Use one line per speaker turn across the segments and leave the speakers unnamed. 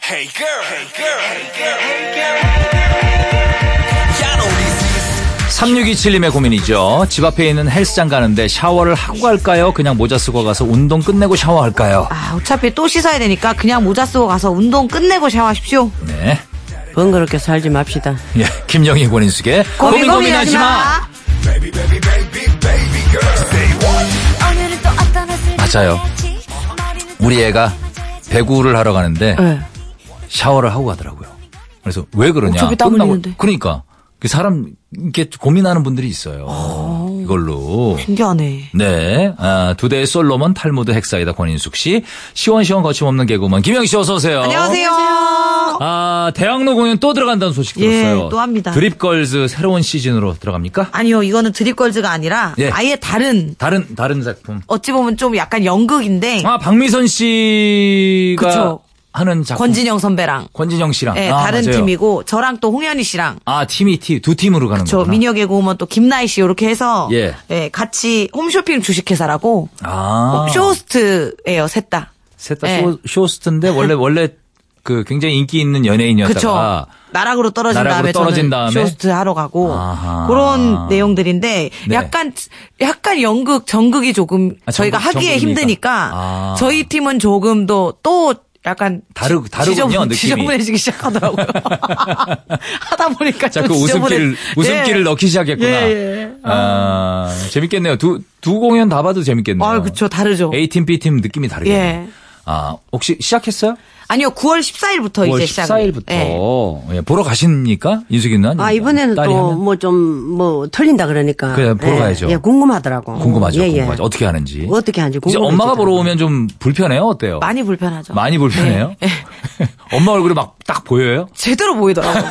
Hey girl, hey girl, hey girl, hey girl. 야, 너 우리
3627님의 고민이죠. 집 앞에 있는 헬스장 가는데 샤워를 하고 갈까요? 그냥 모자 쓰고 가서 운동 끝내고 샤워할까요?
아, 어차피 또 씻어야 되니까 그냥 모자 쓰고 가서 운동 끝내고 샤워하십시오.
네.
번거롭게 살지 맙시다.
예, 김영희 권인숙의 고민 고민하지 마.
baby, baby, baby, baby girl. Say what?
맞아요. 우리 애가 배구를 하러 가는데
예.
샤워를 하고 가더라고요. 그래서 왜 그러냐?
어차피 땀
끝나고-
흘리는데.
그러니까 그 사람 이렇게 고민하는 분들이 있어요. 이걸로.
신기하네.
네, 아, 두 대의 솔로몬 탈모드 헥사이다 권인숙 씨, 시원시원 거침없는 개그우먼 김영희 씨 어서 오세요.
안녕하세요.
아, 대학로 공연 또 들어간다는 소식
어? 예,
들었어요.
또 합니다.
드립걸즈 새로운 시즌으로 들어갑니까?
아니요, 이거는 드립걸즈가 아니라
예.
아예 다른
다른 다른 작품.
어찌 보면 좀 약간 연극인데
아, 박미선 씨가
네. 그쵸.
하는 작품.
권진영 선배랑
권진영 씨랑
예,
아,
다른
맞아요.
팀이고 저랑 또 홍현희 씨랑
아, 팀이 팀 두 팀으로 가는
저
거구나.
미녀 개그우먼 또 김나희 씨 이렇게 해서
아. 예.
예, 같이 홈쇼핑 주식회사라고 어,
아.
쇼호스트예요 셋 다.
셋다
예.
쇼스트인데 원래 원래 그 굉장히 인기 있는 연예인이었다가
그쵸. 나락으로 떨어진
나락으로
다음에
떨어진
저는
다음에?
쇼스트 하러 가고
아하.
그런 내용들인데
네.
약간 약간 연극 정극이 조금
아,
저희가
정극,
하기에
정극이니까.
힘드니까
아.
저희 팀은 조금 더 또 약간
다르-
지-
다르군요,
지저분,
느낌이.
지저분해지기 시작하더라고요. 하다 보니까 좀
자꾸 그
지저분해-
웃음기를 웃음기를
예.
넣기 시작했구나.
예, 예.
아, 재밌겠네요. 두 두 공연 다 봐도 재밌겠네요.
아, 그쵸, 다르죠.
A 팀, B 팀 느낌이 다르겠네.
예.
아, 혹시 시작했어요?
아니요, 9월 14일부터
9월
이제 네. 시작.
14일부터
예.
예, 보러 가십니까? 인숙이 누나?
아, 이번에는
딸이
또
하면?
뭐 좀 뭐 틀린다 그러니까.
그래, 보러 가야죠.
예, 궁금하더라고.
궁금하죠,
예, 예.
궁금하죠. 어떻게 하는지.
어떻게 하는지
이제
궁금해지더라고요.
엄마가 보러 오면 좀 불편해요? 어때요?
많이 네. 예. 불편하죠.
많이 불편해요? 엄마 얼굴이 막 딱 보여요?
제대로 보이더라고요.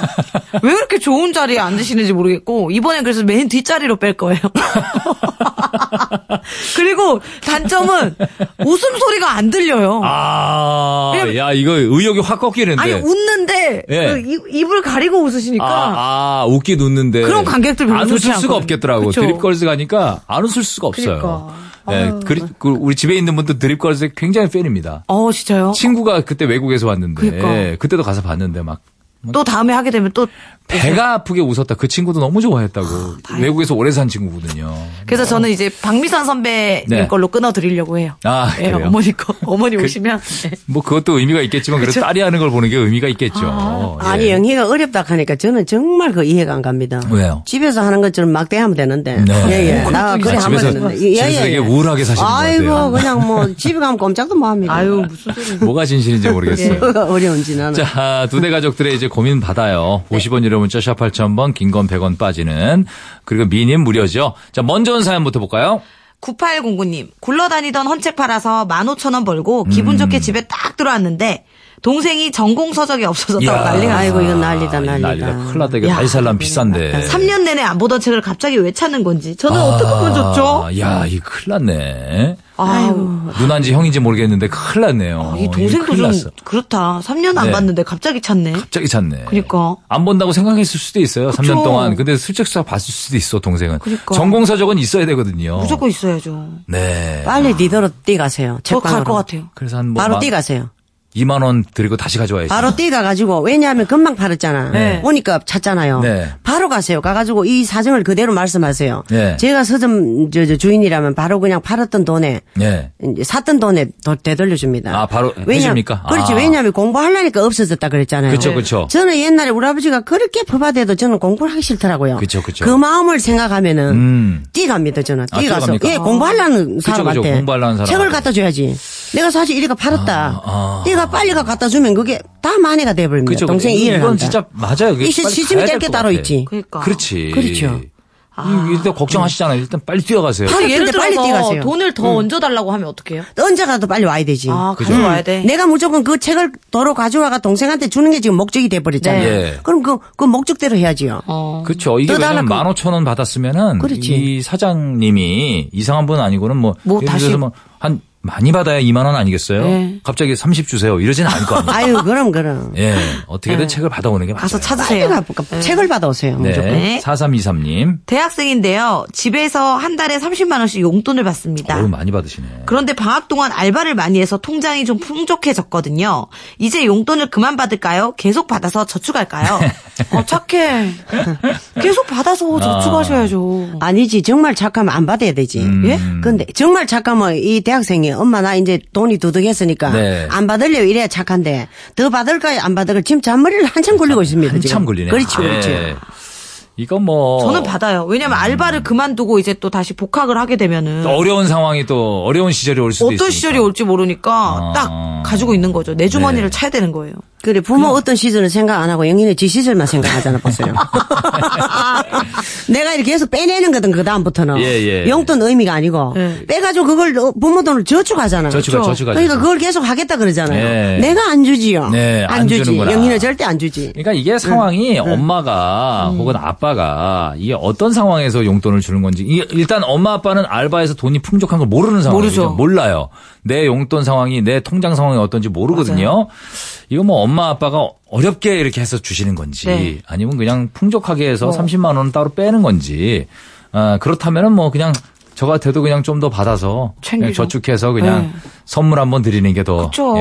왜 그렇게 좋은 자리에 앉으시는지 모르겠고, 이번엔 그래서 맨 뒷자리로 뺄 거예요. 그리고 단점은 웃음소리가 안 들려요.
아,
왜냐면-
야, 이거 의욕이 확 꺾이는데.
아니, 웃는데,
예.
그 입- 입을 가리고 웃으시니까.
아, 아, 웃긴 웃는데.
그런 관객들 별로
안
좋지
웃을 수가
않거든요.
없겠더라고.
그쵸. 그러니까.
드립걸스 가니까 안 웃을 수가 없어요. 그
아.
예, 그리- 그 우리 집에 있는 분도 드립걸스의 굉장히 팬입니다.
어, 진짜요?
친구가 그때 외국에서 왔는데
그러니까.
예, 그때도 가서 봤는데 막
또 다음에 하게 되면 또.
배가 아프게 웃었다. 그 친구도 너무 좋아했다고. 외국에서 오래 산 친구거든요.
그래서 저는 이제 박미선 선배님
뭐. 네.
걸로 끊어드리려고 해요.
아,
예,
그래요?
어머니 거. 어머니 오시면. 예.
뭐 그것도 의미가 있겠지만 그래도
그쵸?
딸이 하는 걸 보는 게 의미가 있겠죠.
아니
예.
영희가 어렵다 하니까 저는 정말 그 이해가 안 갑니다.
왜요?
집에서 하는 것처럼 막대하면 되는데.
네.
예예.
어,
나
그래도
그래
이제
하면
집에서-
되는데. 예,
집에서 되게 우울하게 사시는 것
아이고
같아요.
그냥 뭐 집에 가면 꼼짝도 못 합니다.
아유, 무슨 소리.
뭐가 진실인지 모르겠어요.
뭐가 어려운지 나는.
자, 두 대 가족들의 이제 고민 받아요. 50원 유료 문자 샵 8000번, 긴 건 100원 빠지는. 그리고 미님 무료죠. 자, 먼저 온 사연부터 볼까요?
9809님, 굴러다니던 헌책 팔아서 15,000원 벌고
음.
기분 좋게 집에 딱 들어왔는데 동생이 전공 서적이 없어졌다고
이야.
난리가 나요.
아이고, 이건 난리다, 난리다.
큰일 났다. 이거
야.
다시 살라면 비싼데.
3년 내내 안 보던 책을 갑자기 왜 찾는 건지 저는 어떻게 보면 좋죠?
아, 야, 이거 큰일 났네.
아이고.
누나인지 형인지 모르겠는데 큰일 났네요.
아, 이
이거
동생도
큰일
좀
났어.
그렇다. 3년 안
네.
봤는데 갑자기 찾네.
갑자기 찾네.
그러니까.
안 본다고 생각했을 수도 있어요.
그쵸.
3년 동안. 근데 슬쩍슬쩍 봤을 수도 있어, 동생은.
그러니까.
전공서적은 있어야 되거든요.
무조건 있어야죠.
네.
빨리 니더로 뛰가세요.
저 갈
책방으로.
것 같아요.
그래서 한 뭐,
바로
만-
뛰가세요.
2만 원 드리고 다시 가져와야지.
바로 뛰다 가지고 왜냐하면 금방 팔았잖아.
네.
오니까 찼잖아요.
네.
바로 가세요. 가가지고 이 사정을 그대로 말씀하세요.
네.
제가 서점 저, 저 주인이라면 바로 그냥 팔았던 돈에
네.
이제 샀던 돈에 더 되돌려 줍니다.
아, 바로 해줍니까?
그렇지.
아.
왜냐하면 공부하려니까 없어졌다 그랬잖아요.
그쵸, 그쵸.
네. 저는 옛날에 우리 아버지가 그렇게 퍼바대도 저는 공부를 하기 싫더라고요.
그쵸, 그쵸.
그 마음을 생각하면은
음.
뛰갑니다 저는.
아,
뛰가서
뛰어갑니까?
예, 공부하려는
그쵸,
사람한테
그쵸. 공부하려는 사람한테.
책을 갖다 줘야지. 내가 사실 이리가 팔았다.
아.
이가 빨리 가 갖다 주면 그게 다 만회가 돼 버립니다.
그쵸.
동생
이건-
이해를
이건
한다.
진짜 맞아요. 그게
이 시-
빨리
시집이
가야
뗄
될
게
것
따로
같아.
있지.
그러니까.
그렇지.
그렇죠.
이- 일단 걱정하시잖아요. 일단 빨리 뛰어가세요.
팔-
예를
근데 빨리
들어서
뛰어가세요.
돈을
음.
더 얹어달라고 하면 어떡해요?
언제가도 빨리 와야 되지. 음.
아, 가져와야 돼.
내가 무조건 그 책을 도로 가져와가 동생한테 주는 게 지금 목적이 돼 버렸잖아요.
네. 예.
그럼 그, 그 목적대로 해야지요.
어.
그렇죠. 이게
어. 또
왜냐면
달라,
15,000원 받았으면은
그렇지.
이 사장님이 이상한 분 아니고는 뭐,
뭐
예를
다시-
들어서 뭐한 많이 받아야 2만 원 아니겠어요?
네.
갑자기 30 주세요. 이러진 않을 거 아니에요.
아유, 그럼, 그럼.
예. 어떻게든 책을 받아오는 게 맞아요.
가서
빨리
찾으세요.
네. 가, 그 책을 받아오세요. 무조건.
네.
네.
4323님.
대학생인데요. 집에서 한 달에 30만 원씩 용돈을 받습니다.
어우, 많이 받으시네.
그런데 방학 동안 알바를 많이 해서 통장이 좀 풍족해졌거든요. 이제 용돈을 그만 받을까요? 계속 받아서 저축할까요? 어, 착해. 계속 받아서 저축하셔야죠.
음. 아니지, 정말 착하면 안 받아야 되지.
음.
예?
근데 정말 착하면 이 대학생이 엄마 나 이제 돈이 두둑했으니까
네.
안 받을래요 이래야 착한데 더 받을까요 안 받을까요 지금 잔머리를 한참 굴리고 있습니다.
그러니까 한참
지금.
걸리네.
그렇죠,
예.
그렇죠.
이건 뭐.
저는 받아요. 왜냐면 알바를 그만두고 이제 또 다시 복학을 하게 되면은
또 어려운 상황이 또 어려운 시절이 올 수도 있으니까.
어떤 시절이 올지 모르니까
아. 네.
딱 가지고 있는 거죠. 내 주머니를 차야 되는 거예요.
그래 부모 어떤 시절은 생각 안 하고 영인의 지 시절만 생각하잖아 보세요. 내가 이렇게 해서 빼내는 거든 그 다음부터는
예, 예.
용돈 의미가 아니고
예.
빼가지고 그걸 어, 부모 돈을 저축하잖아.
저축하-
그렇죠?
저축하죠.
그러니까 그걸 계속 하겠다 그러잖아요.
예.
내가 안 주지요.
네, 안
주지.
주는구나.
영인은 절대 안 주지.
그러니까 이게
네.
상황이 엄마가
음.
혹은 아빠가 이게 어떤 상황에서 용돈을 주는 건지 이- 일단 엄마 아빠는 알바에서 돈이 풍족한 걸 모르는 상황이죠.
모르죠.
몰라요. 내 용돈 상황이 내 통장 상황이 어떤지 모르거든요. 이거 뭐 엄마 아빠가 어렵게 이렇게 해서 주시는 건지
네. 뭐.
아니면 그냥 풍족하게 해서 30만 원 따로 빼는 건지 아, 그렇다면은 뭐 그냥 저 같아도 그냥 좀 더 받아서
챙기죠.
그냥 저축해서 그냥
네.
선물 한번 드리는 게 더 예,
그쵸.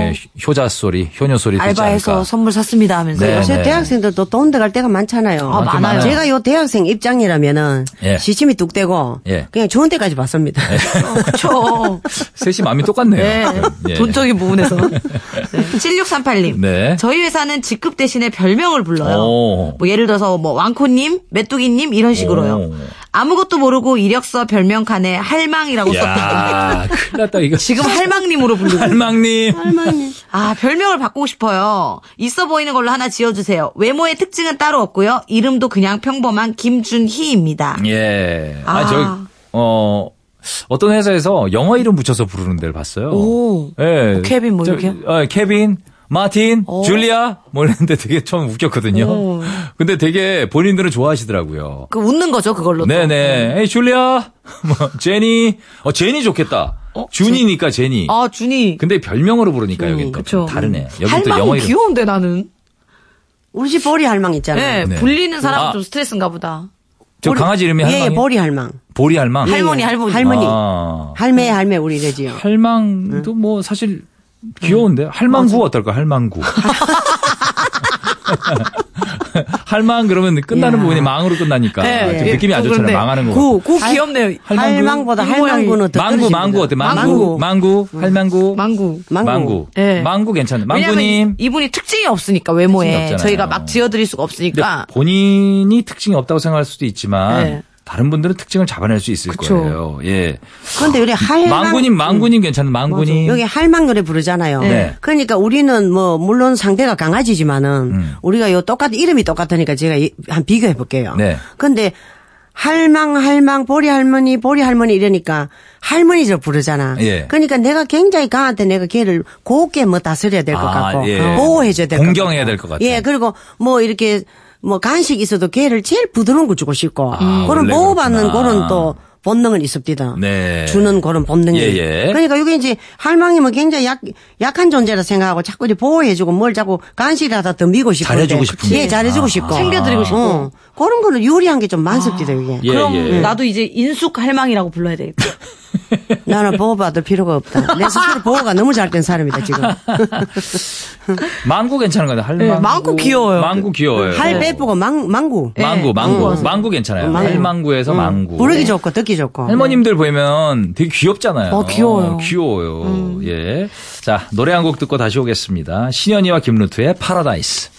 효자 소리, 효녀 소리 듣지
알바해서
않을까.
선물 샀습니다 하면서.
네.
요새 대학생들도 돈 들어갈 때가 많잖아요.
아, 많아요. 많아요.
제가 요 대학생 입장이라면은
예.
시침이 뚝 되고
예.
그냥 좋은 데까지 봤습니다.
그렇죠.
셋이 마음이 똑같네요.
네.
예.
돈적인 부분에서. 네. 7638님.
네.
저희 회사는 직급 대신에 별명을 불러요.
오.
뭐 예를 들어서 뭐 왕코님, 메뚜기님 이런 식으로요.
오.
아무것도 모르고 이력서 별명 칸에 할망이라고 썼다.
야, 큰일 났다 이거.
지금 할망님으로 부르고.
할망님.
아, 별명을 바꾸고 싶어요. 있어 보이는 걸로 하나 지어주세요. 외모의 특징은 따로 없고요. 이름도 그냥 평범한 김준희입니다.
예. 아,
아.
저, 어, 어떤 회사에서 영어 이름 붙여서 부르는 데를 봤어요.
오.
예.
뭐 케빈 뭐
저,
이렇게요?
어, 케빈, 마틴, 줄리아, 뭐 이랬는데 되게 처음 웃겼거든요. 근데 되게 본인들은 좋아하시더라고요.
그 웃는 거죠, 그걸로. 또.
네네. 에이, 줄리아. 뭐, 제니. 어, 제니 좋겠다. 준이니까 제니.
어, 아, 준희.
근데 별명으로 부르니까 여기 또
그쵸.
다르네. 여기 또 영어
할망은
이름.
귀여운데, 나는.
우리 집 보리 할망 있잖아요.
네,
네.
불리는 사람은
아.
좀 스트레스인가 보다.
저 강아지 이름이
예,
할망이에요?
보리 할망.
보리 할망.
예, 할- 할머니, 할머니.
할머니.
아.
할매, 할매 우리 이러지요.
할망도
네.
뭐 사실 귀여운데 할망구 어떨까? 할망구. 할망 그러면 끝나는
야.
부분이 망으로 끝나니까
네.
좀 느낌이 안
또
좋잖아요.
그런데
망하는 거.
구, 구 귀엽네요.
할망구?
할망보다
이 모양이.
할망구는 더
망구 망구 어때? 망구
망구.
망구 할망구
망구.
망구.
망구
예.
망구 괜찮아.
왜냐면
망구님.
이분이 특징이 없으니까
특징이
외모에
없잖아요.
저희가 막 지어드릴 수가 없으니까
근데 본인이 특징이 없다고 생각할 수도 있지만
네.
다른 분들은 특징을 잡아낼 수 있을
그쵸. 예,
거예요. 예.
근데 우리 할망.
망구님 망구님
음.
괜찮은 망구님.
여기 할망 노래 부르잖아요.
네.
그러니까 우리는 뭐 물론 상대가 강아지지만은
음.
우리가 요 똑같은 이름이 똑같으니까 제가 이- 한 비교해 볼게요.
네.
근데 할망 할망 보리 할머니 보리 할머니 이러니까 할머니를 부르잖아.
예.
그러니까 내가 굉장히 강한테 내가 걔를 곱게 뭐 다스려야 될 것
아,
같고 어,
예.
보호해줘야 될 것 같고
공경해야 될것 같아요.
예, 그리고 뭐 이렇게 뭐 간식 있어도 걔를 제일 부드러운 거 주고 싶고
아,
그런
원래
보호받는
그렇구나.
그런 또 본능은 있습니다.
네.
주는 그런 본능이.
예, 예.
그러니까 이게 이제 할망이면 뭐 굉장히 약, 약한 존재라 생각하고 자꾸 이제 보호해주고 뭘 자꾸 간식이라도 더 미고 싶고.
잘해주고 싶은
예,
게.
잘해주고
아.
싶고.
챙겨드리고 싶고.
어, 그런 거는 유리한 게 좀 많습니다, 이게.
예,
그럼
예.
나도 이제 인숙 할망이라고 불러야 되겠다.
나는 보호받을 필요가 없다. 내 스스로 보호가 너무 잘 된 사람이다, 지금.
망고 괜찮은 거 같아요. 할망구.
네, 망고 귀여워요.
망고 귀여워요. 네.
할 빼쁘고 망, 망구.
망고,
네.
망고.
음.
망고 괜찮아요.
망고. 음.
할망구에서 망구.
부르기 좋고, 듣기 좋고.
할머님들 보면 되게 귀엽잖아요.
어, 귀여워요. 음.
귀여워요. 예. 자, 노래 한 곡 듣고 다시 오겠습니다. 신현이와 김루트의 파라다이스.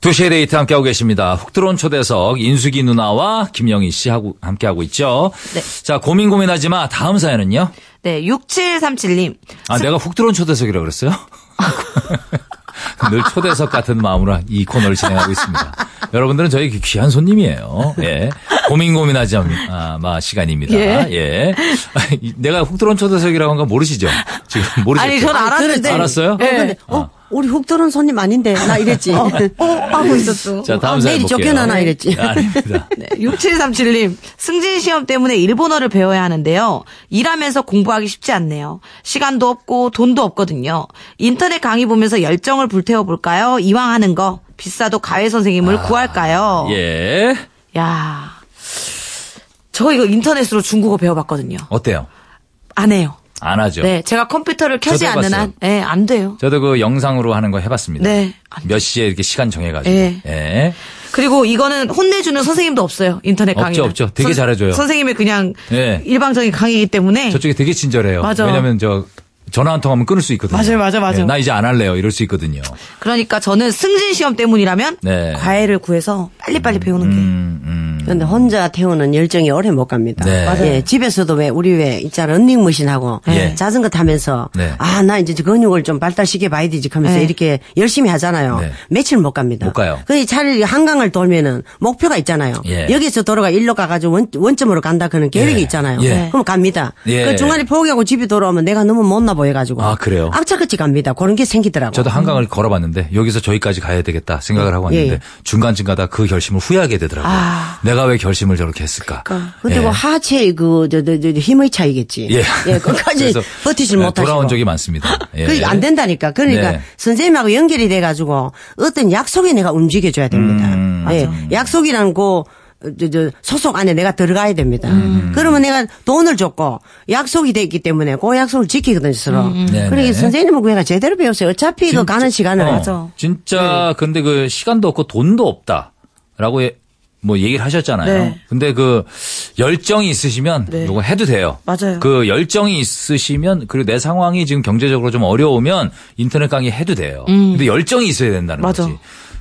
두시의 데이트 함께하고 계십니다. 훅 들어온 초대석 인숙이 누나와 김영희 씨 하고 함께하고 있죠.
네.
자, 고민 고민하지 마. 다음 사연은요?
네, 6737님.
아, 내가 훅 들어온 초대석이라 그랬어요? 늘 초대석 같은 마음으로 이 코너를 진행하고 있습니다. 여러분들은 저희 귀- 귀한 손님이에요. 예. 고민 고민하지 않- 아, 마 시간입니다.
예.
예. 아니, 내가 훅 들어온 초대석이라고 한 건 모르시죠? 지금 모르시죠?
아니, 전 알았는데. 예.
알았어요?
어, 근데, 어, 우리 훅 들은 손님 아닌데. 나 이랬지.
어, 하고 있었어.
자, 다음
아,
사연
내일이
볼게요. 예,
쫓겨나나 이랬지.
아닙니다.
네, 6737님, 승진 시험 때문에 일본어를 배워야 하는데요. 일하면서 공부하기 쉽지 않네요. 시간도 없고 돈도 없거든요. 인터넷 강의 보면서 열정을 불태워볼까요? 이왕 하는 거, 비싸도 가외 선생님을 구할까요?
예.
야, 저 이거 인터넷으로 중국어 배워봤거든요.
어때요?
안 해요.
안 하죠?
네, 제가 컴퓨터를 켜지
저도
않는 한, 예, 안 돼요.
저도 그 영상으로 하는 거 해봤습니다.
네.
몇 시에 이렇게 시간 정해가지고.
예.
예.
그리고 이거는 혼내주는 선생님도 없어요. 인터넷
없죠,
강의.
없죠. 되게 잘해줘요.
선생님이 그냥
예.
일방적인 강의이기
음.
때문에
저쪽이 되게 친절해요.
맞아.
왜냐면 저 전화 한 통하면 끊을 수 있거든요.
맞아요, 맞아, 맞아.
예, 나 이제 안 할래요. 이럴 수 있거든요.
그러니까 저는 승진 시험 때문이라면
네. 음,
과외를 구해서 빨리빨리 배우는
근데 혼자 태우는 열정이 오래 못 갑니다.
네. 맞아요.
예, 집에서도 왜 우리 왜 있자 런닝머신하고
예.
자전거 타면서
네.
아 나 이제 근육을 좀 발달시켜 봐야 되지 하면서
네.
이렇게 열심히 하잖아요.
네.
며칠 못 갑니다.
못 가요.
그 차라리 한강을 돌면은 목표가 있잖아요.
예.
여기서 도로가 일로 가가지고 원, 원점으로 간다 그런 계획이
예.
있잖아요.
예.
그럼 갑니다.
예.
그 중간에 포기하고 집에 돌아오면 내가 너무 못나 보여가지고
아, 그래요?
악착같이 갑니다. 그런 게 생기더라고.
저도 한강을 걸어봤는데 여기서 저기까지 가야 되겠다 생각을 하고 왔는데
음. 예. 아.
중간쯤 가다 그 결심을 후회하게 되더라고요. 내가 왜 결심을 저렇게 했을까?
근데
예.
뭐 하체의 그, 저, 저, 저, 힘의 차이겠지.
예.
끝까지
그래서
버티질
예,
못하시고.
돌아온 적이 많습니다. 예.
그게 안 된다니까. 그러니까
네.
선생님하고 연결이 돼가지고 어떤 약속에 내가 움직여줘야 됩니다.
음,
예. 약속이란 고 저, 저, 소속 안에 내가 들어가야 됩니다.
음.
그러면 내가 돈을 줬고 약속이 됐기 때문에 그 약속을 지키거든요, 서로.
네,
그러니까
네.
선생님은 그가 제대로 배우세요. 어차피 그 가는 시간을.
어,
네.
진짜 근데 그 시간도 없고 돈도 없다라고 예- 뭐 얘기를 하셨잖아요.
네.
근데 그 열정이 있으시면
네.
요거 해도 돼요.
맞아요.
그 열정이 있으시면 그리고 내 상황이 지금 경제적으로 좀 어려우면 인터넷 강의 해도 돼요. 근데 열정이 있어야 된다는
음. 맞아.
거지.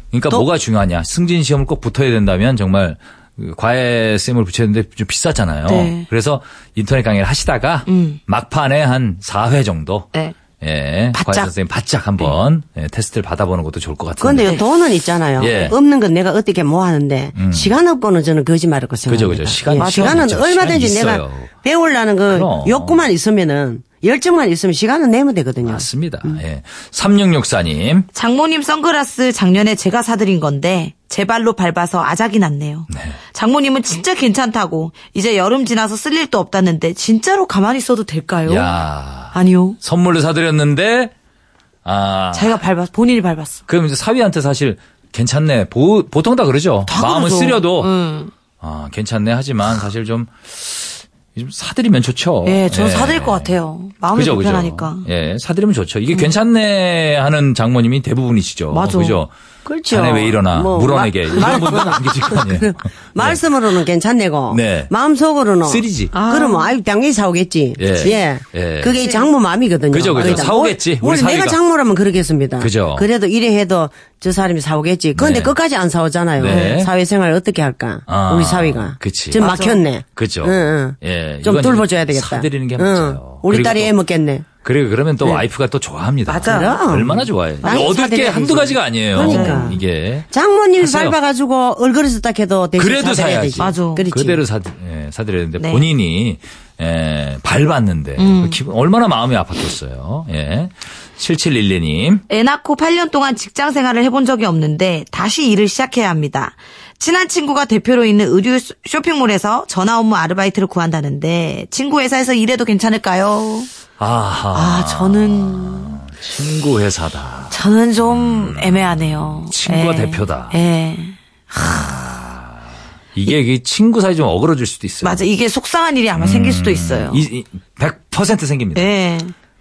그러니까
또-
뭐가 중요하냐? 승진 시험을 꼭 붙어야 된다면 정말 그 과외 쌤을 붙였는데 좀 비쌌잖아요.
네. 음.
그래서 인터넷 강의를 하시다가 막판에 한 4회 정도
네.
예.
바짝.
과외 선생님 바짝 한번
네.
예, 테스트를 받아보는 것도 좋을 것 같은데.
그런데 요 돈은 있잖아요.
예. 음.
없는 건 내가 어떻게 뭐 하는데 시간 없고는 저는 거짓말을 거 생각합니다.
그죠, 그죠. 시간-
예,
맞아요.
시간은
진짜
얼마든지
시간이
내가
있어요.
배우려는 그
그럼.
욕구만 있으면은 열정만 있으면 시간은 내면
네.
되거든요.
맞습니다. 예. 3664님.
장모님 선글라스 작년에 제가 사드린 건데 제 발로 밟아서 아작이 났네요. 장모님은 진짜 괜찮다고 이제 여름 지나서 쓸 일도 없다는데 진짜로 가만히 있어도 될까요?
야
아니요.
선물로 사드렸는데, 아.
자기가 밟았, 본인이 밟았어.
그럼 이제 사위한테 사실 괜찮네. 보, 보통 다 그러죠. 마음은
그러죠.
쓰려도,
음.
아, 괜찮네. 하지만 사실 좀, 좀 사드리면 좋죠.
예, 저는 사드릴 것 같아요. 마음이
어, 그죠, 그죠.
불편하니까. 음.
예, 사드리면 좋죠. 이게 괜찮네 하는 장모님이 대부분이시죠.
맞아.
그죠?
그렇죠.
자네 왜 이러나.
뭐,
물어내게.
마-
이런 분들 계실 거
그
아니에요.
말씀으로는 괜찮네고
네.
마음속으로는
쓰리지.
그러면 아유 당연히 사오겠지.
예.
예.
예.
그게 이 장모 마음이거든요.
그죠, 그죠.
거기다.
사오겠지, 우리
원래
사위가.
내가 장모라면 그러겠습니다.
그죠.
그래도 이래 해도 저 사람이 사오겠지. 그런데
네.
끝까지 안 사오잖아요.
네.
사회생활 어떻게 할까?
아,
우리 사위가.
그치.
좀
맞아.
막혔네.
그죠.
응, 응.
예,
좀
이건
돌봐줘야
이제
되겠다.
사드리는 게
응.
맞아요.
우리
그리고
딸이
또-
애 먹겠네.
그리고 그러면 또 와이프가 또 좋아합니다.
맞아.
그럼.
얼마나 좋아해.
많이
얻을 게
사드려야죠.
한두 가지가 아니에요. 음,
그러니까.
이게.
장모님
하세요.
밟아가지고 얼굴에서 딱 해도 대신
그래도
사드려야
사야지.
되지.
맞아.
그렇지.
그대로 사, 예, 사드려야 되는데
네.
본인이 예, 밟았는데 그 기분 얼마나 마음이 아팠겠어요. 예. 7712님.
애 낳고 8년 동안 직장 생활을 해본 적이 없는데 다시 일을 시작해야 합니다. 친한 친구가 대표로 있는 의류 쇼- 쇼핑몰에서 전화 업무 아르바이트를 구한다는데 친구 회사에서 일해도 괜찮을까요?
아하.
아, 저는
친구 회사다.
저는 좀 애매하네요.
친구가
예.
대표다.
예.
이게 그 친구 사이 좀 어그러질 수도 있어요.
맞아. 이게 속상한 일이 아마 생길 수도 있어요.
음. 이, 이, 100% 생깁니다.
예.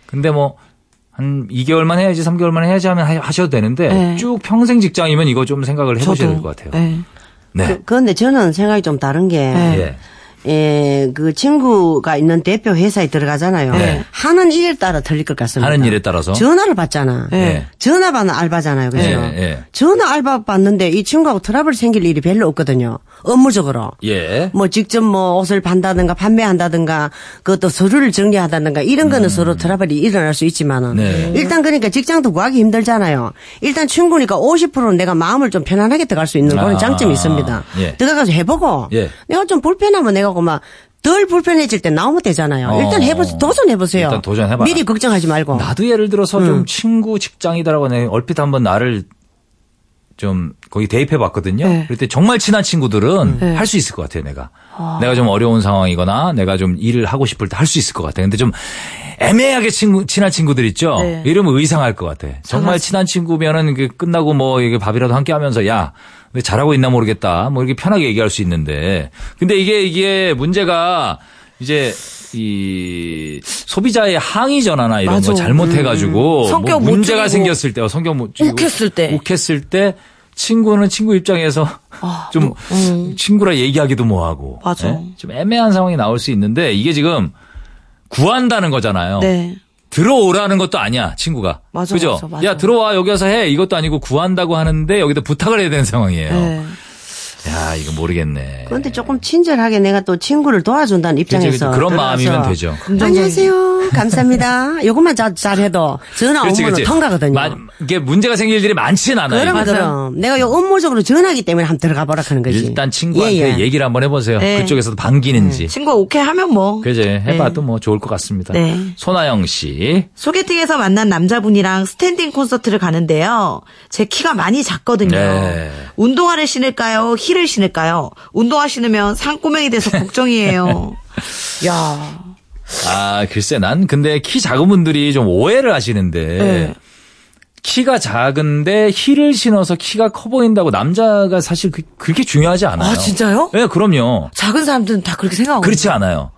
근데 뭐 한 2개월만 해야지 3개월만 해야지 하면 하- 하셔도 되는데
네.
쭉 평생 직장이면 이거 좀 생각을 해보셔야 될
저도.
것 같아요.
예.
네.
그, 런데 저는 생각이 좀 다른 게
네.
예.
예, 그 친구가 있는 대표 회사에 들어가잖아요.
네.
하는 일에 따라 틀릴 것 같습니다.
하는 일에 따라서.
전화를 받잖아.
네.
전화 받는 알바잖아요. 그죠?
네, 네.
전화 알바 받는데 이 친구하고 트러블 생길 일이 별로 없거든요. 업무적으로.
예.
뭐 직접 뭐 옷을 판다든가 판매한다든가 그것도 서류를 정리하다든가 이런 거는 서로 트러블이 일어날 수 있지만은
음. 네.
일단 그러니까 직장도 구하기 힘들잖아요. 일단 친구니까 50%는 내가 마음을 좀 편안하게 들어갈 수 있는 그런
아,
장점이 있습니다.
예.
들어가서 해보고
예.
내가 좀 불편하면 내가 그막 덜 불편해질 때 나오면 되잖아요.
어.
일단 해보세요. 도전해보세요.
일단 도전해봐라.
미리 걱정하지 말고.
나도 예를 들어서
음.
좀 친구 직장이다라고 내 얼핏 한번 나를 좀 거기 대입해 봤거든요.
네.
그때 정말 친한 친구들은
네.
할 수 있을 것 같아요, 내가. 내가 좀 어려운 상황이거나 내가 좀 일을 하고 싶을 때 할 수 있을 것 같아. 근데 좀 애매하게 친구, 친한 친구들 있죠?
네.
이러면 의상할 것 같아. 정말 친한 친구면은 이게 끝나고 뭐 이게 밥이라도 함께 하면서 야, 근데 잘하고 있나 모르겠다. 뭐 이렇게 편하게 얘기할 수 있는데. 근데 이게, 이게 문제가 이제 이 소비자의 항의 전화나 이런
맞아. 음.
거 잘못해가지고
성격
뭐
못
문제가
줄이고.
생겼을 때, 어, 성격 못 줄이고
욱했을 때.
욱했을 때 친구는 친구 입장에서 좀 친구라 얘기하기도 뭐하고
아, 뭐, 음. 맞아.
예? 좀 애매한 상황이 나올 수 있는데 이게 지금 구한다는 거잖아요.
네.
들어오라는 것도 아니야 친구가
맞아,
그죠?
맞아, 맞아.
야 들어와 여기 와서 해 이것도 아니고 구한다고 하는데 여기다 부탁을 해야 되는 상황이에요.
네.
야 이거 모르겠네.
그런데 조금 친절하게 내가 또 친구를 도와준다는 입장에서
그런 마음이면
들어와서
되죠.
안녕하세요. 감사합니다. 요것만 자- 잘해도 전화 오면 통과거든요.
마- 이게 문제가 생길 일이 많진 않아요.
그럼
이게.
그럼 내가 요 업무적으로 전화하기 때문에 한번 들어가 보라 하는 거지. 예,
일단 친구한테 얘기를 한번 해보세요.
예, 네.
그쪽에서도 반기는지.
친구가 오케이 하면 뭐.
그제 해봐도 뭐 좋을 것 같습니다.
네.
손아영 씨.
소개팅에서 만난 남자분이랑 스탠딩 콘서트를 가는데요. 제 키가 많이 작거든요.
네.
운동화를 신을까요? 힐을 신을까요? 운동화 신으면 산꼬맹이 돼서 걱정이에요. 네. 야.
아 글쎄 난 근데 키 작은 분들이 좀 오해를 하시는데
네.
키가 작은데 힐을 신어서 키가 커 보인다고 남자가 사실 그, 그렇게 중요하지 않아요.
아, 진짜요?
네, 그럼요.
작은 사람들은 다 그렇게 생각하고.
그렇지 않아요.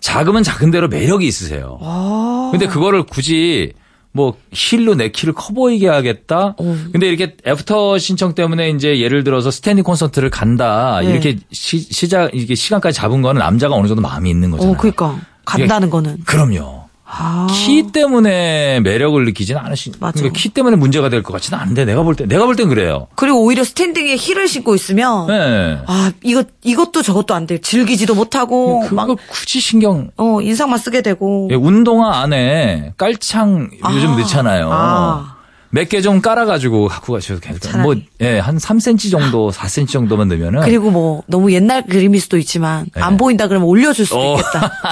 작으면 작은 대로 매력이 있으세요.
아.
근데 그거를 굳이 뭐 힐로 내 키를 커 보이게 하겠다.
어.
근데 이렇게 애프터 신청 때문에 이제 예를 들어서 스탠딩 콘서트를 간다.
네.
이렇게 시, 작 이렇게 시간까지 잡은 거는 남자가 어느 정도 마음이 있는 거잖아요.
어, 그니까. 간다는 거는.
그럼요.
아.
키 때문에 매력을 느끼지는 않으신.
맞아.
그러니까 키 때문에 문제가 될 것 같지는 않은데 내가 볼 때 내가 볼 땐 그래요.
그리고 오히려 스탠딩에 힐을 신고
어.
있으면.
네.
아, 이거, 이것도 저것도 안 돼. 즐기지도 못하고.
아,
그거
막,
굳이 신경
어, 인상만 쓰게 되고.
예, 운동화 안에 깔창 요즘
아.
넣잖아요.
아.
몇 개 좀 깔아가지고 갖고 가셔도 괜찮아요. 뭐, 예, 한 3cm 정도, 4cm 정도만 넣으면은.
그리고 뭐 너무 옛날 그림일 수도 있지만 안 보인다 그러면 올려줄 수도
네. 어.
있겠다.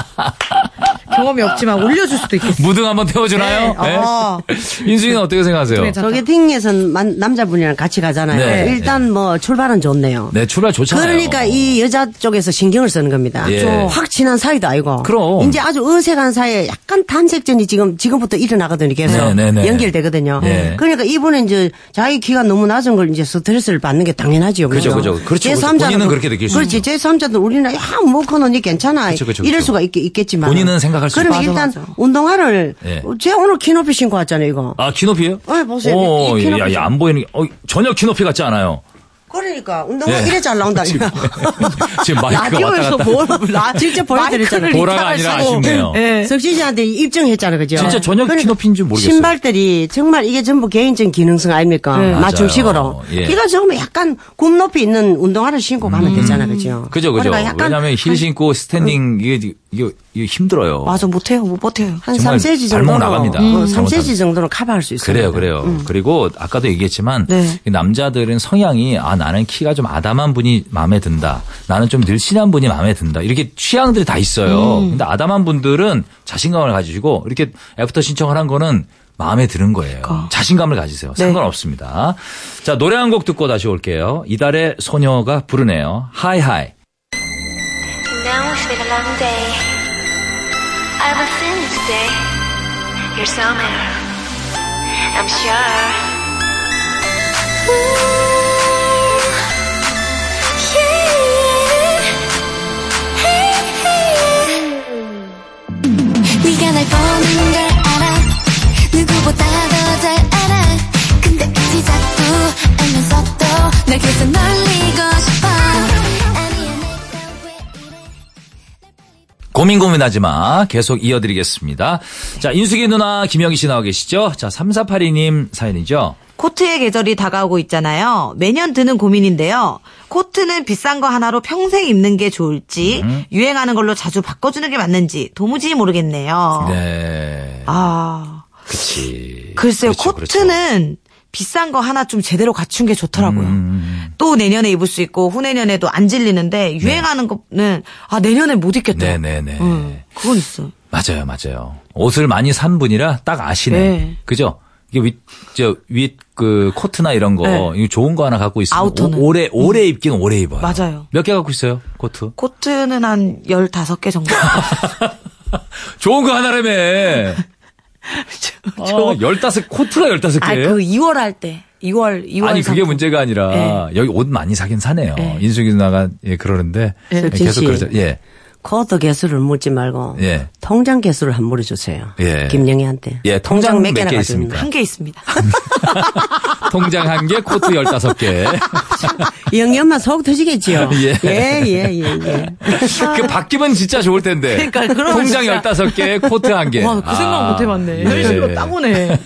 경험이 없지만 올려줄 수도 있겠다.
무등 한번 태워주나요?
네,
예?
어.
인수이는 어떻게 생각하세요?
괜찮다.
소개팅에서는 만- 남자분이랑 같이 가잖아요.
네.
일단 뭐 출발은 좋네요.
네, 출발 좋잖아요.
그러니까 이 여자 쪽에서 신경을 쓰는 겁니다.
예.
좀확 친한 사이도 아니고.
그럼.
이제 아주 어색한 사이에 약간 탐색전이 지금 지금부터 일어나거든요. 계속
네, 네, 네.
연결되거든요.
네.
그러니까 이분은 이제 자기 키가 너무 낮은 걸 이제 스트레스를 받는 게 당연하지요.
그죠,
그죠?
그죠. 그렇죠, 그렇죠.
제3자는 뭐
본인은 그렇게 느낄 수
그렇지. 제 3자도 우리는 야, 뭐 커너니 괜찮아.
그쵸, 그쵸,
이럴
그쵸.
수가 있, 겠지만
본인은 생각할 수
그러면
있죠.
일단
맞아, 맞아.
운동화를
예.
어, 제가 오늘 키 높이 신고 왔잖아요, 이거.
아, 키높이에요?
네, 보세요.
오, 예,
이- 이 키높이
야,
좀-
야, 안 보이는 게, 어, 전혀 키높이 같지 않아요.
그러니까 운동화
예.
이래 잘 나온다.
지금 마이크가 왔다 갔다.
라 직접 보여드렸잖아요.
보라가 아니라 아쉽네요.
예.
어, 석진 씨한테 입증했잖아요, 그죠? 그러니까
진짜 전혀 키 높이인 줄 모르겠어요.
신발들이 정말 이게 전부 개인적인 기능성 아닙니까?
네. 맞아요.
맞춤식으로.
예. 음.
키가 조금 약간 굽 높이 있는 운동화를 신고 가면 되잖아, 그죠?
그죠, 그죠.
그러니까 약간 그
왜냐면 힐 신고 스탠딩, 이게, 이게, 이게 힘들어요.
맞아 못해요 못 버텨요.
한
정말
3cm
발목
정도로
나갑니다.
음.
잘못하면.
3cm 정도로 커버할 수 있어요.
그래요, 그래요. 그리고 아까도 얘기했지만
네.
이 남자들은 성향이 아 나는 키가 좀 아담한 분이 마음에 든다. 나는 좀 늘씬한 분이 마음에 든다. 이렇게 취향들이 다 있어요. 근데 아담한 분들은 자신감을 가지고 이렇게 애프터 신청을 한 거는 마음에 드는 거예요. 자신감을 가지세요. 상관없습니다. 자, 노래 한 곡 듣고 다시 올게요. 이달의 소녀가 부르네요. 하이하이.
Now it's been a long day. I will finish today. You're somewhere. I'm sure. Ooh, yeah. Hey, hey. 네가 날 보는 걸 알아 누구보다 더 잘 알아 근데 어찌 자꾸 알면서 또날 계속 놀리고 싶어 아니야 내가 왜 이래
고민 고민하지 마. 계속 이어드리겠습니다. 자, 인숙이 누나 김영희 씨 나와 계시죠? 자, 3482님 사연이죠.
코트의 계절이 다가오고 있잖아요. 매년 드는 고민인데요. 코트는 비싼 거 하나로 평생 입는 게 좋을지,
음.
유행하는 걸로 자주 바꿔주는 게 맞는지 도무지 모르겠네요.
네.
아,
그치.
글쎄요.
그렇죠, 그렇죠.
코트는 비싼 거 하나 좀 제대로 갖춘 게
음,
좋더라고요. 또 내년에 입을 수 있고, 후내년에도 안
네.
질리는데, 유행하는 거는, 아, 내년에 못 입겠다.
네네네.
음, 그건 있어.
맞아요, 맞아요. 옷을 많이 산 분이라 딱 아시네.
네.
그죠? 이게 윗, 저, 윗, 그, 코트나 이런 거,
네.
이거 좋은 거 하나 갖고 있으면.
아우터는. 음.
오, 오래, 오래 입긴 오래 입어요.
맞아요.
몇 개 갖고 있어요, 코트?
코트는 한 15개 정도.
아, 좋은 거 하나라며! 아, 15, 코트가 15개.
아, 그 2월 할 때. 2월, 2월. 예.
아니 그게
상품.
문제가 아니라 여기 옷 많이 사긴 사네요. 인숙이 누나가 예, 그러는데
예.
예,
솔직히.
계속 그러죠. 예.
코드 개수를 묻지 말고
예.
통장 개수를 한 물어주세요.
예.
김영희한테.
예, 통장 몇
개나
개
가지고
있습니까?
있나?
한 개 있습니다.
아, 통장 한 개, 코트 15개.
영희엄마 속 터지겠지요.
예.
예, 예, 예, 예.
그 바뀌면 진짜 좋을 텐데.
아. 그러니까 그러면
통장
진짜.
15개, 코트 한 개. 아.
와, 그 생각 못 해봤네.
예.
현실로 따보네.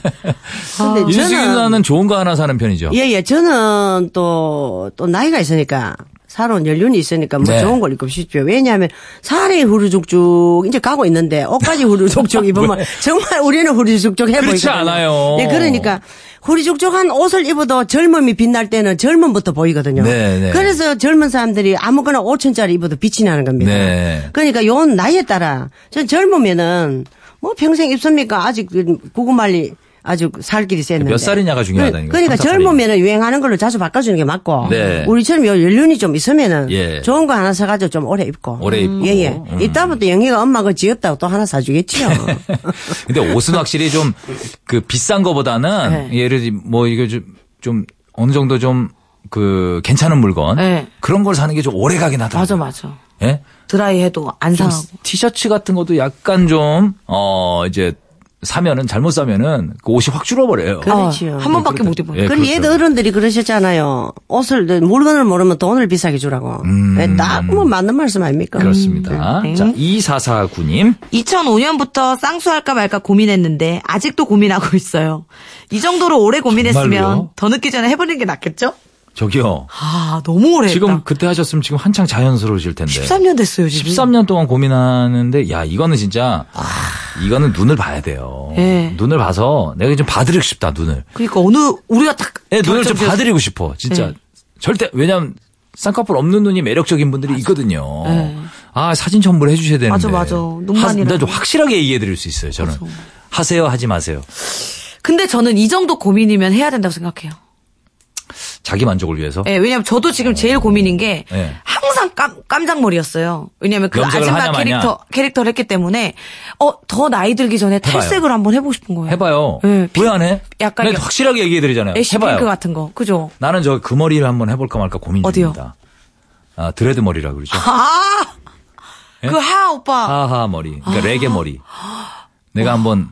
근데
인숙이
저는
누나는 좋은 거 하나 사는 편이죠.
예, 예. 저는 또, 또 나이가 있으니까, 살아온 연륜이 있으니까 뭐
네.
좋은 걸 입고 싶죠. 왜냐하면 살이 후루룩쭉 이제 가고 있는데 옷까지 후루룩쭉 입으면 정말 우리는 후루룩쭉 해보이거든요.
아, 그렇지 않아요.
예, 그러니까 후루룩쭉한 옷을 입어도 젊음이 빛날 때는 젊음부터 보이거든요.
네, 네.
그래서 젊은 사람들이 아무거나 5천짜리 입어도 빛이 나는 겁니다.
네.
그러니까 요 나이에 따라 전 젊으면은 뭐 평생 입습니까? 아직 구구말리 아주 살 길이 쎘는데.
몇 살이냐가 중요하다니까.
그러니까
삼, 사 살이.
젊으면은 유행하는 걸로 자주 바꿔주는 게 맞고
네.
우리처럼 요 연륜이 좀 있으면은
예.
좋은 거 하나 사가지고 좀 오래 입고.
오래 입고.
예예.
음. 네,
이따부터 영희가 엄마가 지었다고 또 하나 사주겠지요.
근데 옷은 확실히 좀 그 비싼
네.
거보다는 예를 들어 뭐 이거 좀, 좀 어느 정도 좀 그 괜찮은 물건
네.
그런 걸 사는 게 좀 오래 가긴 하더라고요.
맞아, 맞아.
예?
드라이해도 안
좀
상하고.
티셔츠 같은 것도 약간 좀, 어, 이제, 사면은, 잘못 사면은, 그 옷이 확 줄어버려요.
그러니까.
그렇지요.
한 번밖에 못 입어요.
예,
그리고
그렇죠.
얘도 어른들이 그러셨잖아요. 옷을 물건을 모르면 돈을 비싸게 주라고. 딱 뭐 맞는 말씀 아닙니까?
음. 그렇습니다.
음.
자, 2449님.
2005년부터 쌍수할까 말까 고민했는데 아직도 고민하고 있어요. 이 정도로 오래 고민했으면
정말로요?
더 늦기 전에 해버리는 게 낫겠죠?
저기요.
아 너무 오래
지금 네.
했다.
그때 하셨으면 지금 한창 자연스러우실 텐데.
13년 됐어요 지금.
13년 동안 고민하는데, 야, 이거는 진짜, 이거는 눈을 봐야 돼요.
예.
눈을 봐서, 내가 좀 봐드리고 싶다, 눈을.
그러니까 어느 우리가 딱
예, 눈을 좀
결정지어서-
봐드리고 싶어. 진짜.
네.
절대, 왜냐면, 쌍꺼풀 없는 눈이 매력적인 분들이 있거든요.
네.
아, 사진 첨부를 해주셔야 되는데.
맞아, 맞아. 눈만이라도.
하- 나좀 확실하게 얘기해드릴 수 있어요, 저는. 하세요, 하지 마세요.
근데 저는 이 정도 고민이면 해야 된다고 생각해요.
자기 만족을 위해서.
예, 왜냐면 저도 지금 제일 고민인 게
예.
항상 깜, 깜짝머리였어요. 왜냐면 그
염색을 하냐
아줌마
마냐.
캐릭터 캐릭터를 했기 때문에 어 더 나이 들기 전에
해봐요.
탈색을 한번 해보고 싶은 거예요.
해봐요.
예,
왜 안 해?
약간
내가
여-
확실하게 얘기해드리잖아요. 해봐요.
애쉬핑크 같은 거, 그죠?
나는 저 그 머리를 한번 해볼까 말까 고민
어디요?
중입니다. 아, 드레드 머리라 그러죠.
아,
예?
그 하아 오빠.
하하 머리.
아.
그러니까 레게 머리. 내가 한번.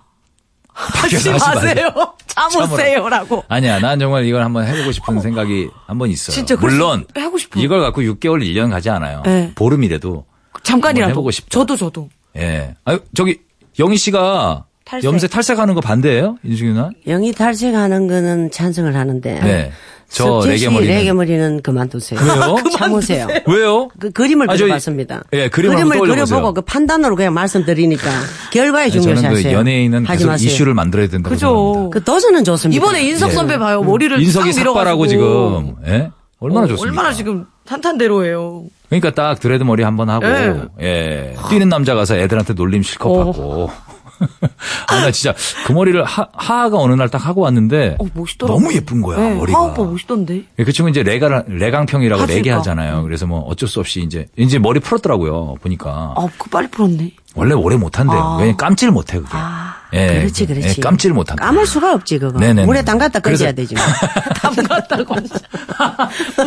하지
하지 마세요.
마세요. 참으세요라고.
아니야, 난 정말 이걸 한번 해보고 싶은 생각이 한번 있어요.
진짜 그럴
물론
수- 하고 싶어요.
이걸 갖고 6개월, 1년 가지 않아요.
예.
네.
보름이라도. 한번
잠깐이라도.
해보고 싶다.
저도 저도.
예. 아유 저기 영희 씨가
탈색.
염색 탈색하는 거 반대예요, 인숙이 누나?
영희 탈색하는 거는 찬성을 하는데.
네. 저
석진 씨
레게 머리는.
레게머리는 그만두세요.
왜요?
참으세요.
왜요?
그 그림을
아, 저기-
그려봤습니다.
예, 그림 한번 떠올려 보세요.
그려보고 그 판단으로 그냥 말씀드리니까 결과에
아니, 저는 그
중요시하세요.
연예인은
하지
계속
마세요.
이슈를 만들어야 된다고
그죠.
생각합니다.
그 도전은 좋습니다.
이번에 인석 선배 봐요. 머리를
예. 음. 인석이
싹 밀어가지고.
삭발하고 지금 예? 얼마나
어,
좋습니까?
얼마나 지금 탄탄대로예요.
그러니까 딱 드레드 머리 한번 하고
예.
예. 뛰는 남자 가서 애들한테 놀림 실컷
어.
받고. 아, 나 진짜 그 머리를 하, 하하가 어느 날 딱 하고 왔는데
어, 멋있더라.
너무 예쁜 거야, 머리가.
하아 오빠 멋있던데.
예, 그 친구 이제 레가 레강평이라고
하지마.
레게 하잖아요. 그래서 뭐 어쩔 수 없이 이제 이제 머리 풀었더라고요. 보니까
아, 그 빨리 풀었네.
원래 오래 못 한대요.
아.
왜냐 깜질 못 해, 그게. 예,
그렇지,
그-
그렇지.
예, 깜질 못 한다.
감을 수가 없지 그거.
네네네.
물에 담갔다
그래서-
끓여야 되지. 뭐.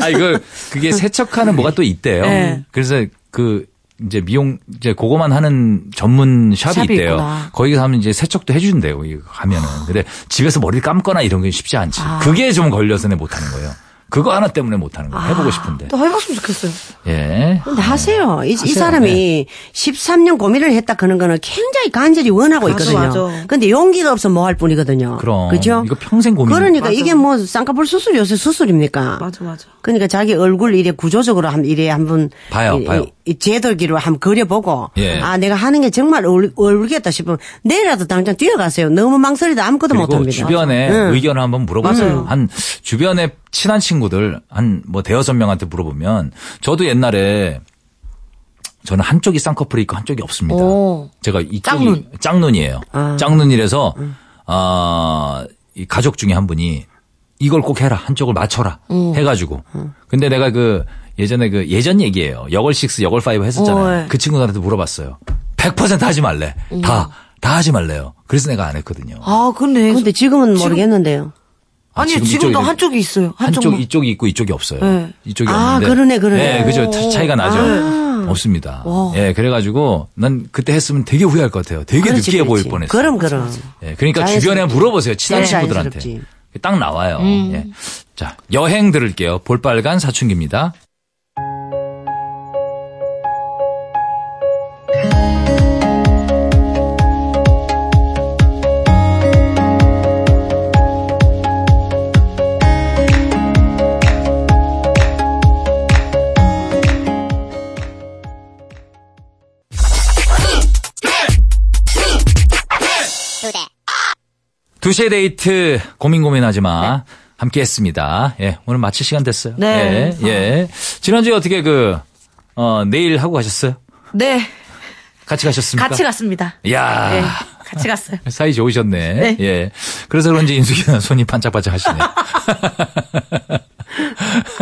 아, 이거 그게 세척하는 뭐가 또 있대요.
네.
그래서 그 이제 미용 이제 그거만 하는 전문 샵이,
샵이
있대요.
있구나. 아.
거기 가면 이제 세척도 해준대요. 이거 하면은. 근데 집에서 머리를 감거나 이런 게 쉽지 않지. 그게 좀 걸려서 내 못하는 거예요. 그거 하나 때문에 못하는 거예요. 해보고 싶은데.
아. 또 해봤으면 좋겠어요.
예.
근데 하세요. 이, 이
하세요. 네.
사람이 13년 고민을 했다 그런 거는 굉장히 간절히 원하고
맞아,
있거든요.
맞아.
근데 용기가 없어 뭐 할 뿐이거든요.
그럼.
그죠?
이거 평생 고민.
그러니까
맞아.
이게 뭐 쌍꺼풀 수술 요새 수술입니까?
맞아, 맞아.
그러니까 자기 얼굴 이래 구조적으로 한 이래 한번
봐요,
이-
봐요.
이- 이 제돌기로 한번 그려보고
예.
아 내가 하는 게 정말 어울, 어울리겠다 싶으면 내일이라도 당장 뛰어가세요. 너무 망설이다 아무것도
그리고
못합니다. 예. 네. 음.
주변에
응.
의견을 한번 물어보세요. 한 주변에 친한 친구들 한 뭐 대여섯 명한테 물어보면 저도 옛날에 저는 한쪽이 쌍꺼풀이 있고 한쪽이 없습니다.
오.
제가 이쪽이
짝눈.
짝눈이에요. 짝눈이라서
음.
아, 이 가족 중에 한 분이 이걸 꼭 해라 한쪽을 맞춰라
음.
해가지고 근데 내가 그 예전에 그 예전 얘기예요. 여걸 6, 여걸 5
어,
했었잖아요.
예.
그 친구들한테 물어봤어요. 100% 하지 말래. 다 다
음.
하지 말래요. 그래서 내가 안 했거든요.
아, 근데.
근데 지금은 모르겠는데요.
아,
아니,
지금
지금 도
이쪽이-
한쪽이 있어요. 한쪽만.
한쪽 이쪽이 있고 이쪽이 없어요.
네.
이쪽이
아,
없는데.
그러네, 그러네. 아.
네, 그죠. 차- 차이가 나죠. 없습니다. 예, 그래가지고 난 그때 했으면 되게 후회할 것 같아요. 되게
그렇지,
느끼해
그렇지.
보일 뻔했어요.
그럼 그럼.
예, 그러니까
자연스럽지.
주변에 물어보세요. 친한
네,
친구들한테.
자연스럽지. 음.
딱 나와요. 예. 자, 여행 들을게요. 볼빨간 사춘기입니다. 두시의 데이트 고민 고민하지 마. 함께 했습니다. 예, 오늘 마칠 시간 됐어요.
네.
예, 예. 지난주에 어떻게 그, 어, 내일 하고 가셨어요?
네.
같이 가셨습니까?
같이 갔습니다.
이야.
네. 같이 갔어요.
사이 좋으셨네.
네.
예. 그래서 그런지 인숙이는 손이 반짝반짝 하시네.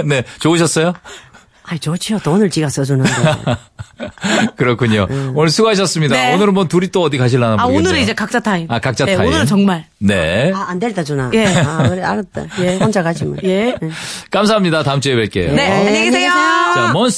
네. 좋으셨어요?
아이 좋지요. 돈을 지가 써주는데.
그렇군요. 오늘 수고하셨습니다.
음. 네.
오늘은 뭐 둘이 또 어디 가실라나
아,
모르겠네요.
오늘은 이제 각자 타임.
아, 각자
네,
타임.
오늘은 정말.
네.
아 안 될다 주나.
예.
아 그래 알았다. 혼자 가지 뭐.
예.
감사합니다. 다음 주에 뵐게요.
네, 안녕히 계세요.
네. 자, 먼스